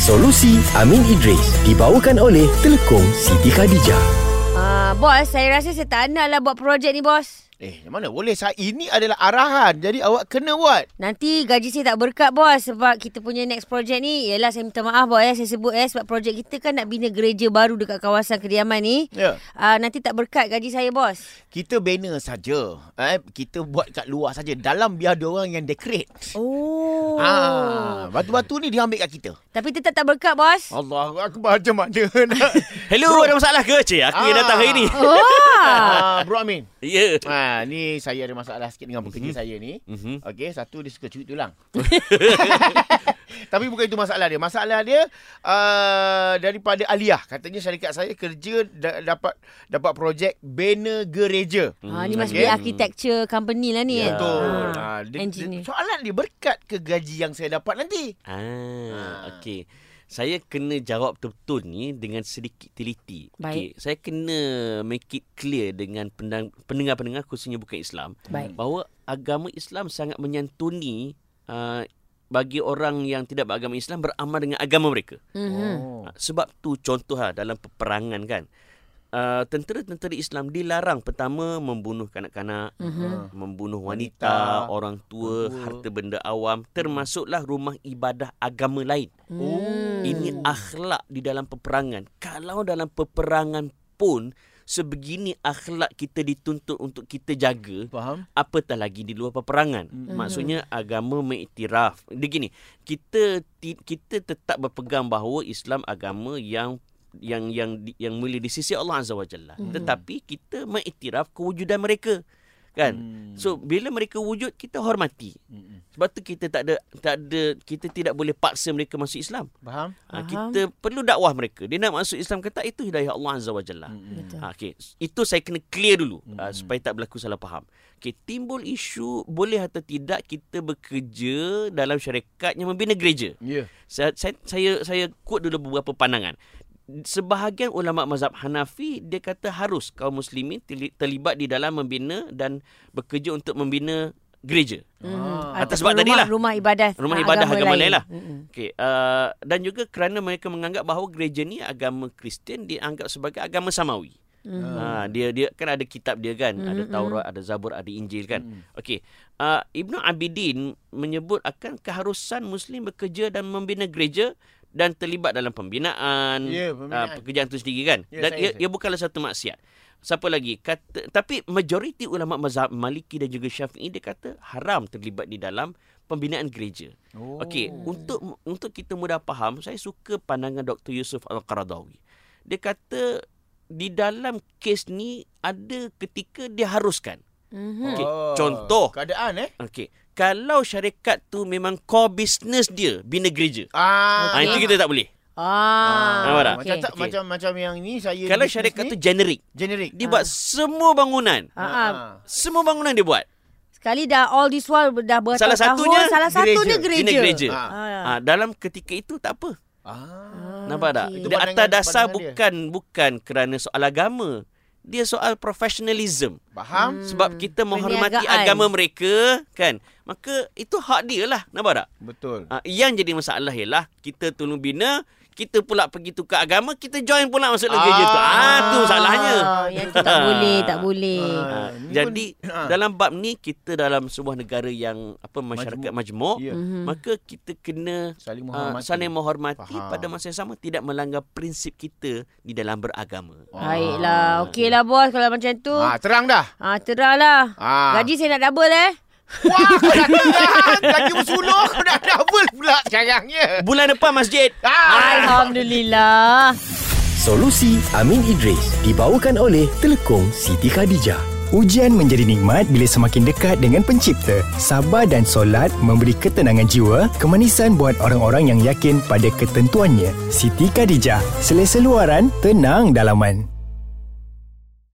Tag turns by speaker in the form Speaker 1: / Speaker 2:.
Speaker 1: Solusi Amin Idris dibawakan oleh Telekom Siti Khadijah.
Speaker 2: Ah, bos, saya rasa saya tak nak lah buat projek ni, bos.
Speaker 3: Eh, mana boleh. Sa- Ini adalah arahan. Jadi awak kena buat.
Speaker 2: Nanti gaji saya tak berkat, bos. Sebab kita punya next projek ni, ialah saya minta maaf, bos. Eh. Saya sebut, eh, sebab projek kita kan nak bina gereja baru dekat kawasan kediaman ni.
Speaker 3: Ya.
Speaker 2: Ah, nanti tak berkat gaji saya, bos.
Speaker 3: Kita banner saja. Eh, kita buat kat luar saja. Dalam biar dia orang yang decorate.
Speaker 2: Oh.
Speaker 3: Ah, batu-batu ni dia ambil kat kita.
Speaker 2: Tapi tetap tak berkat, bos.
Speaker 4: Oh.
Speaker 3: Allah, aku macam mana nak.
Speaker 4: Hello, ada masalah ke? Cik, aku yang
Speaker 3: Ah.
Speaker 4: datang hari ni.
Speaker 2: Wah.
Speaker 3: ah, bro Amin.
Speaker 4: Ya.
Speaker 3: Ha, ni saya ada masalah sikit dengan pekerja saya ni.
Speaker 4: Mhm.
Speaker 3: Okey, satu dia suka curi tulang. Tapi bukan itu masalah dia. Masalah dia uh, daripada Aliyah. Katanya syarikat saya kerja da- dapat dapat projek banner gereja.
Speaker 4: Hmm.
Speaker 2: Ah, ni must
Speaker 3: Okay.
Speaker 2: be architecture company lah ni. eh.
Speaker 3: Betul. Ha,
Speaker 2: Ah,
Speaker 3: dia, dia,
Speaker 2: engineer.
Speaker 3: soalan dia berkat ke gaji yang saya dapat nanti?
Speaker 4: Ah, okey. Saya kena jawab betul-betul ni dengan sedikit teliti.
Speaker 2: Baik.
Speaker 4: Okey, saya kena make it clear dengan pendang- pendengar-pendengar khususnya bukan Islam
Speaker 2: Baik.
Speaker 4: bahawa agama Islam sangat menyantuni uh, bagi orang yang tidak beragama Islam beramal dengan agama mereka.
Speaker 2: Mhm.
Speaker 3: Oh.
Speaker 4: Ha, Sebab tu contoh lah dalam peperangan kan. Uh, tentera-tentera Islam dilarang pertama membunuh kanak-kanak,
Speaker 2: Mhm.
Speaker 4: membunuh
Speaker 3: Wanita,
Speaker 4: wanita, orang tua,
Speaker 3: tua.
Speaker 4: harta benda awam, termasuklah rumah ibadah agama lain.
Speaker 2: Hmm.
Speaker 4: Oh, Ini akhlak di dalam peperangan. Kalau dalam peperangan pun sebegini akhlak kita dituntut untuk kita jaga,
Speaker 3: Faham?
Speaker 4: apatah lagi di luar peperangan.
Speaker 3: Mm.
Speaker 4: Maksudnya agama mengiktiraf. Dia gini, kita ti- kita tetap berpegang bahawa Islam agama yang yang yang di- yang mulia di sisi Allah Azza wa Jalla. Tetapi kita mengiktiraf kewujudan mereka. Kan?
Speaker 3: Hmm.
Speaker 4: So bila mereka wujud kita hormati.
Speaker 3: Mm-mm.
Speaker 4: Sebab tu kita tak ada tak ada kita tidak boleh paksa mereka masuk Islam.
Speaker 3: Faham?
Speaker 4: Ha,
Speaker 2: Faham.
Speaker 4: kita perlu dakwah mereka. Dia nak masuk Islam ke tak itu hidayah Allah Azza wa Jalla.
Speaker 3: Mm-mm.
Speaker 2: Betul.
Speaker 4: Ha, okay. Itu saya kena clear dulu mm-hmm.
Speaker 3: Mm-mm.
Speaker 4: uh, supaya tak berlaku salah faham. Okay, timbul isu boleh atau tidak kita bekerja dalam syarikat yang membina gereja.
Speaker 3: Ya.
Speaker 4: Saya saya saya, saya quote dulu beberapa pandangan. Sebahagian ulama mazhab Hanafi dia kata harus kaum muslimin terli- terlibat di dalam membina dan bekerja untuk membina gereja.
Speaker 2: Mhm.
Speaker 3: Ah.
Speaker 2: Ataupun
Speaker 4: Atas sebab tadilah.
Speaker 2: Rumah ibadah.
Speaker 4: Rumah
Speaker 2: ah,
Speaker 4: ibadah agama lain lah.
Speaker 2: Mhm.
Speaker 4: Okey, uh, dan juga kerana mereka menganggap bahawa gereja ni agama Kristian dianggap sebagai agama samawi.
Speaker 2: Mhm.
Speaker 4: Ha, dia dia kan ada kitab dia kan, ada
Speaker 2: Mm-mm.
Speaker 4: Taurat, ada Zabur, ada Injil kan.
Speaker 3: Mm.
Speaker 4: Okey. Uh, Ibnu Abidin menyebut akan keharusan muslim bekerja dan membina gereja dan terlibat dalam pembinaan,
Speaker 3: Ya, pembinaan.
Speaker 4: ah, pekerjaan itu sendiri kan.
Speaker 3: Ya, saya,
Speaker 4: dan ia,
Speaker 3: saya.
Speaker 4: ia bukanlah satu maksiat. Siapa lagi? Kata, tapi majoriti ulama mazhab Maliki dan juga Syafi'i dia kata haram terlibat di dalam pembinaan gereja.
Speaker 3: Oh.
Speaker 4: Okey, untuk untuk kita mudah faham, saya suka pandangan Dr. Yusuf Al-Qaradawi. Dia kata di dalam kes ni ada ketika dia haruskan.
Speaker 2: Mhm.
Speaker 4: Okey, contoh.
Speaker 3: Keadaan eh?
Speaker 4: Okey, kalau syarikat tu memang core business dia bina gereja.
Speaker 3: Ah,
Speaker 4: Ah,
Speaker 2: Okey.
Speaker 4: itu kita tak boleh.
Speaker 2: Ah,
Speaker 4: nampak tak?
Speaker 3: Macam,
Speaker 2: okey.
Speaker 3: tak,
Speaker 4: Okey.
Speaker 3: macam macam yang ni saya
Speaker 4: Kalau
Speaker 3: bisnes
Speaker 4: syarikat
Speaker 3: ni,
Speaker 4: tu generik,
Speaker 3: generik.
Speaker 4: dia
Speaker 2: Ah.
Speaker 4: buat semua bangunan.
Speaker 2: Ah, ah.
Speaker 4: Semua bangunan dia buat.
Speaker 2: Sekali dah all this while dah bertahun-tahun.
Speaker 4: Salah satunya
Speaker 2: salah satunya gereja.
Speaker 4: Bina gereja.
Speaker 3: Ah.
Speaker 2: Ah.
Speaker 4: Ah, dalam ketika itu tak apa.
Speaker 3: Ah.
Speaker 2: Ah,
Speaker 4: Nampak tak?
Speaker 2: okey.
Speaker 4: Dia
Speaker 3: pandangan-
Speaker 4: atas dasar
Speaker 3: pandangan dia.
Speaker 4: bukan bukan kerana soal agama. Dia soal professionalism.
Speaker 3: Faham?
Speaker 4: Sebab kita menghormati
Speaker 2: Perniagaan.
Speaker 4: agama mereka, kan? Maka itu hak dia lah, nampak tak?
Speaker 3: Betul.
Speaker 4: Ha, yang jadi masalah ialah kita tolong bina, kita pula pergi tukar agama, kita join pula masuk dalam gereja tu. Ah, tu masalahnya.
Speaker 2: Ah, yang tu tak boleh, tak boleh.
Speaker 3: Ah,
Speaker 4: Ha,
Speaker 3: ni
Speaker 4: jadi
Speaker 3: pun- ah.
Speaker 4: dalam bab ni kita dalam sebuah negara yang apa masyarakat majmuk,
Speaker 3: Ya.
Speaker 2: Mhm.
Speaker 4: maka kita kena
Speaker 3: Saling
Speaker 4: Ah,
Speaker 3: menghormati.
Speaker 4: saling menghormati
Speaker 3: Faham.
Speaker 4: pada masa yang sama tidak melanggar prinsip kita di dalam beragama.
Speaker 2: Baiklah.
Speaker 4: Ah.
Speaker 2: Okeylah bos kalau macam tu.
Speaker 3: Ah, terang dah.
Speaker 2: Ah, terahlah.
Speaker 3: Ah.
Speaker 2: Gaji saya nak double eh.
Speaker 3: Wah, kau dah terang. Lagi bersuluh kau dah double pula sekarangnya.
Speaker 4: Bulan depan masjid.
Speaker 3: Ah.
Speaker 2: Alhamdulillah.
Speaker 1: Solusi Amin Idris dibawakan oleh Telekom Siti Khadijah.
Speaker 5: Ujian menjadi nikmat bila semakin dekat dengan pencipta. Sabar dan solat memberi ketenangan jiwa, kemanisan buat orang-orang yang yakin pada ketentuannya. Siti Khadijah, selesa luaran, tenang dalaman.